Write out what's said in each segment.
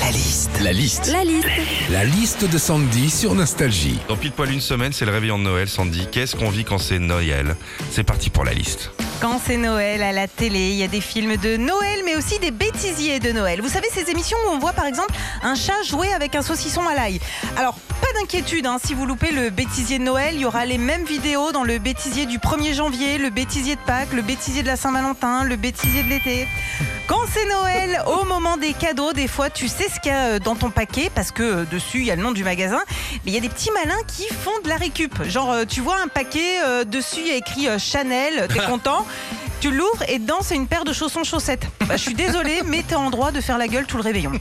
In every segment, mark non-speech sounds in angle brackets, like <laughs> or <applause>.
La liste. La liste. La liste. La liste de Sandy sur Nostalgie. Dans pile poil une semaine, c'est le réveillon de Noël, Sandy. Qu'est-ce qu'on vit quand c'est Noël C'est parti pour la liste. Quand c'est Noël à la télé, il y a des films de Noël, mais aussi des bêtisiers de Noël. Vous savez, ces émissions où on voit par exemple un chat jouer avec un saucisson à l'ail. Alors, pas d'inquiétude, hein, si vous loupez le bêtisier de Noël, il y aura les mêmes vidéos dans le bêtisier du 1er janvier, le bêtisier de Pâques, le bêtisier de la Saint-Valentin, le bêtisier de l'été. Quand c'est Noël, au moment des cadeaux, des fois tu sais ce qu'il y a euh, dans ton paquet parce que euh, dessus il y a le nom du magasin, mais il y a des petits malins qui font de la récup. Genre euh, tu vois un paquet euh, dessus il y a écrit euh, Chanel, t'es content tu l'ouvres et dedans, c'est une paire de chaussons chaussettes. Bah, je suis désolée, mais t'es en droit de faire la gueule tout le réveillon.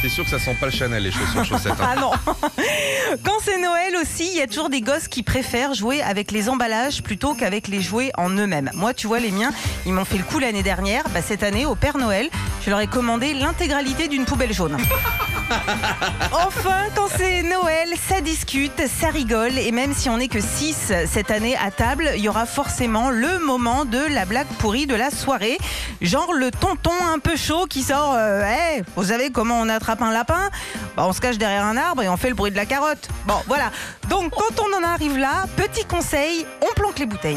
C'est sûr que ça sent pas le Chanel, les chaussons chaussettes. hein. Ah non <laughs> Quand c'est Noël aussi, il y a toujours des gosses qui préfèrent jouer avec les emballages plutôt qu'avec les jouets en eux-mêmes. Moi, tu vois, les miens, ils m'ont fait le coup l'année dernière. Bah, cette année, au Père Noël, je leur ai commandé l'intégralité d'une poubelle jaune. Enfin, quand c'est Noël, ça discute, ça rigole. Et même si on n'est que 6 cette année à table, il y aura forcément le moment de la blague pourrie de la soirée. Genre le tonton un peu chaud qui sort euh, Hey, vous savez comment on attrape un lapin Bah, On se cache derrière un arbre et on fait le bruit de la carotte. Bon, voilà. Donc, quand on en arrive là, petit conseil on planque les bouteilles.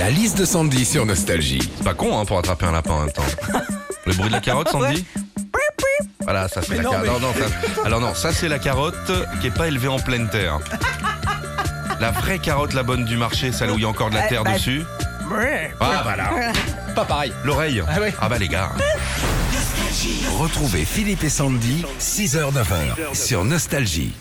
La liste de Sandy sur Nostalgie. <laughs> C'est pas con hein, pour attraper un lapin en même temps. Le bruit de la carotte, Sandy Voilà, ça c'est la carotte. Non, non, ça- Alors non, ça c'est la carotte qui est pas élevée en pleine terre. La vraie carotte, la bonne du marché, celle où il y a encore de la Bah, terre bah, dessus. Ah voilà. <laughs> Pas pareil. L'oreille. Ah ouais. Ah bah les gars. Retrouvez Philippe et Sandy, 6h-9h sur Nostalgie.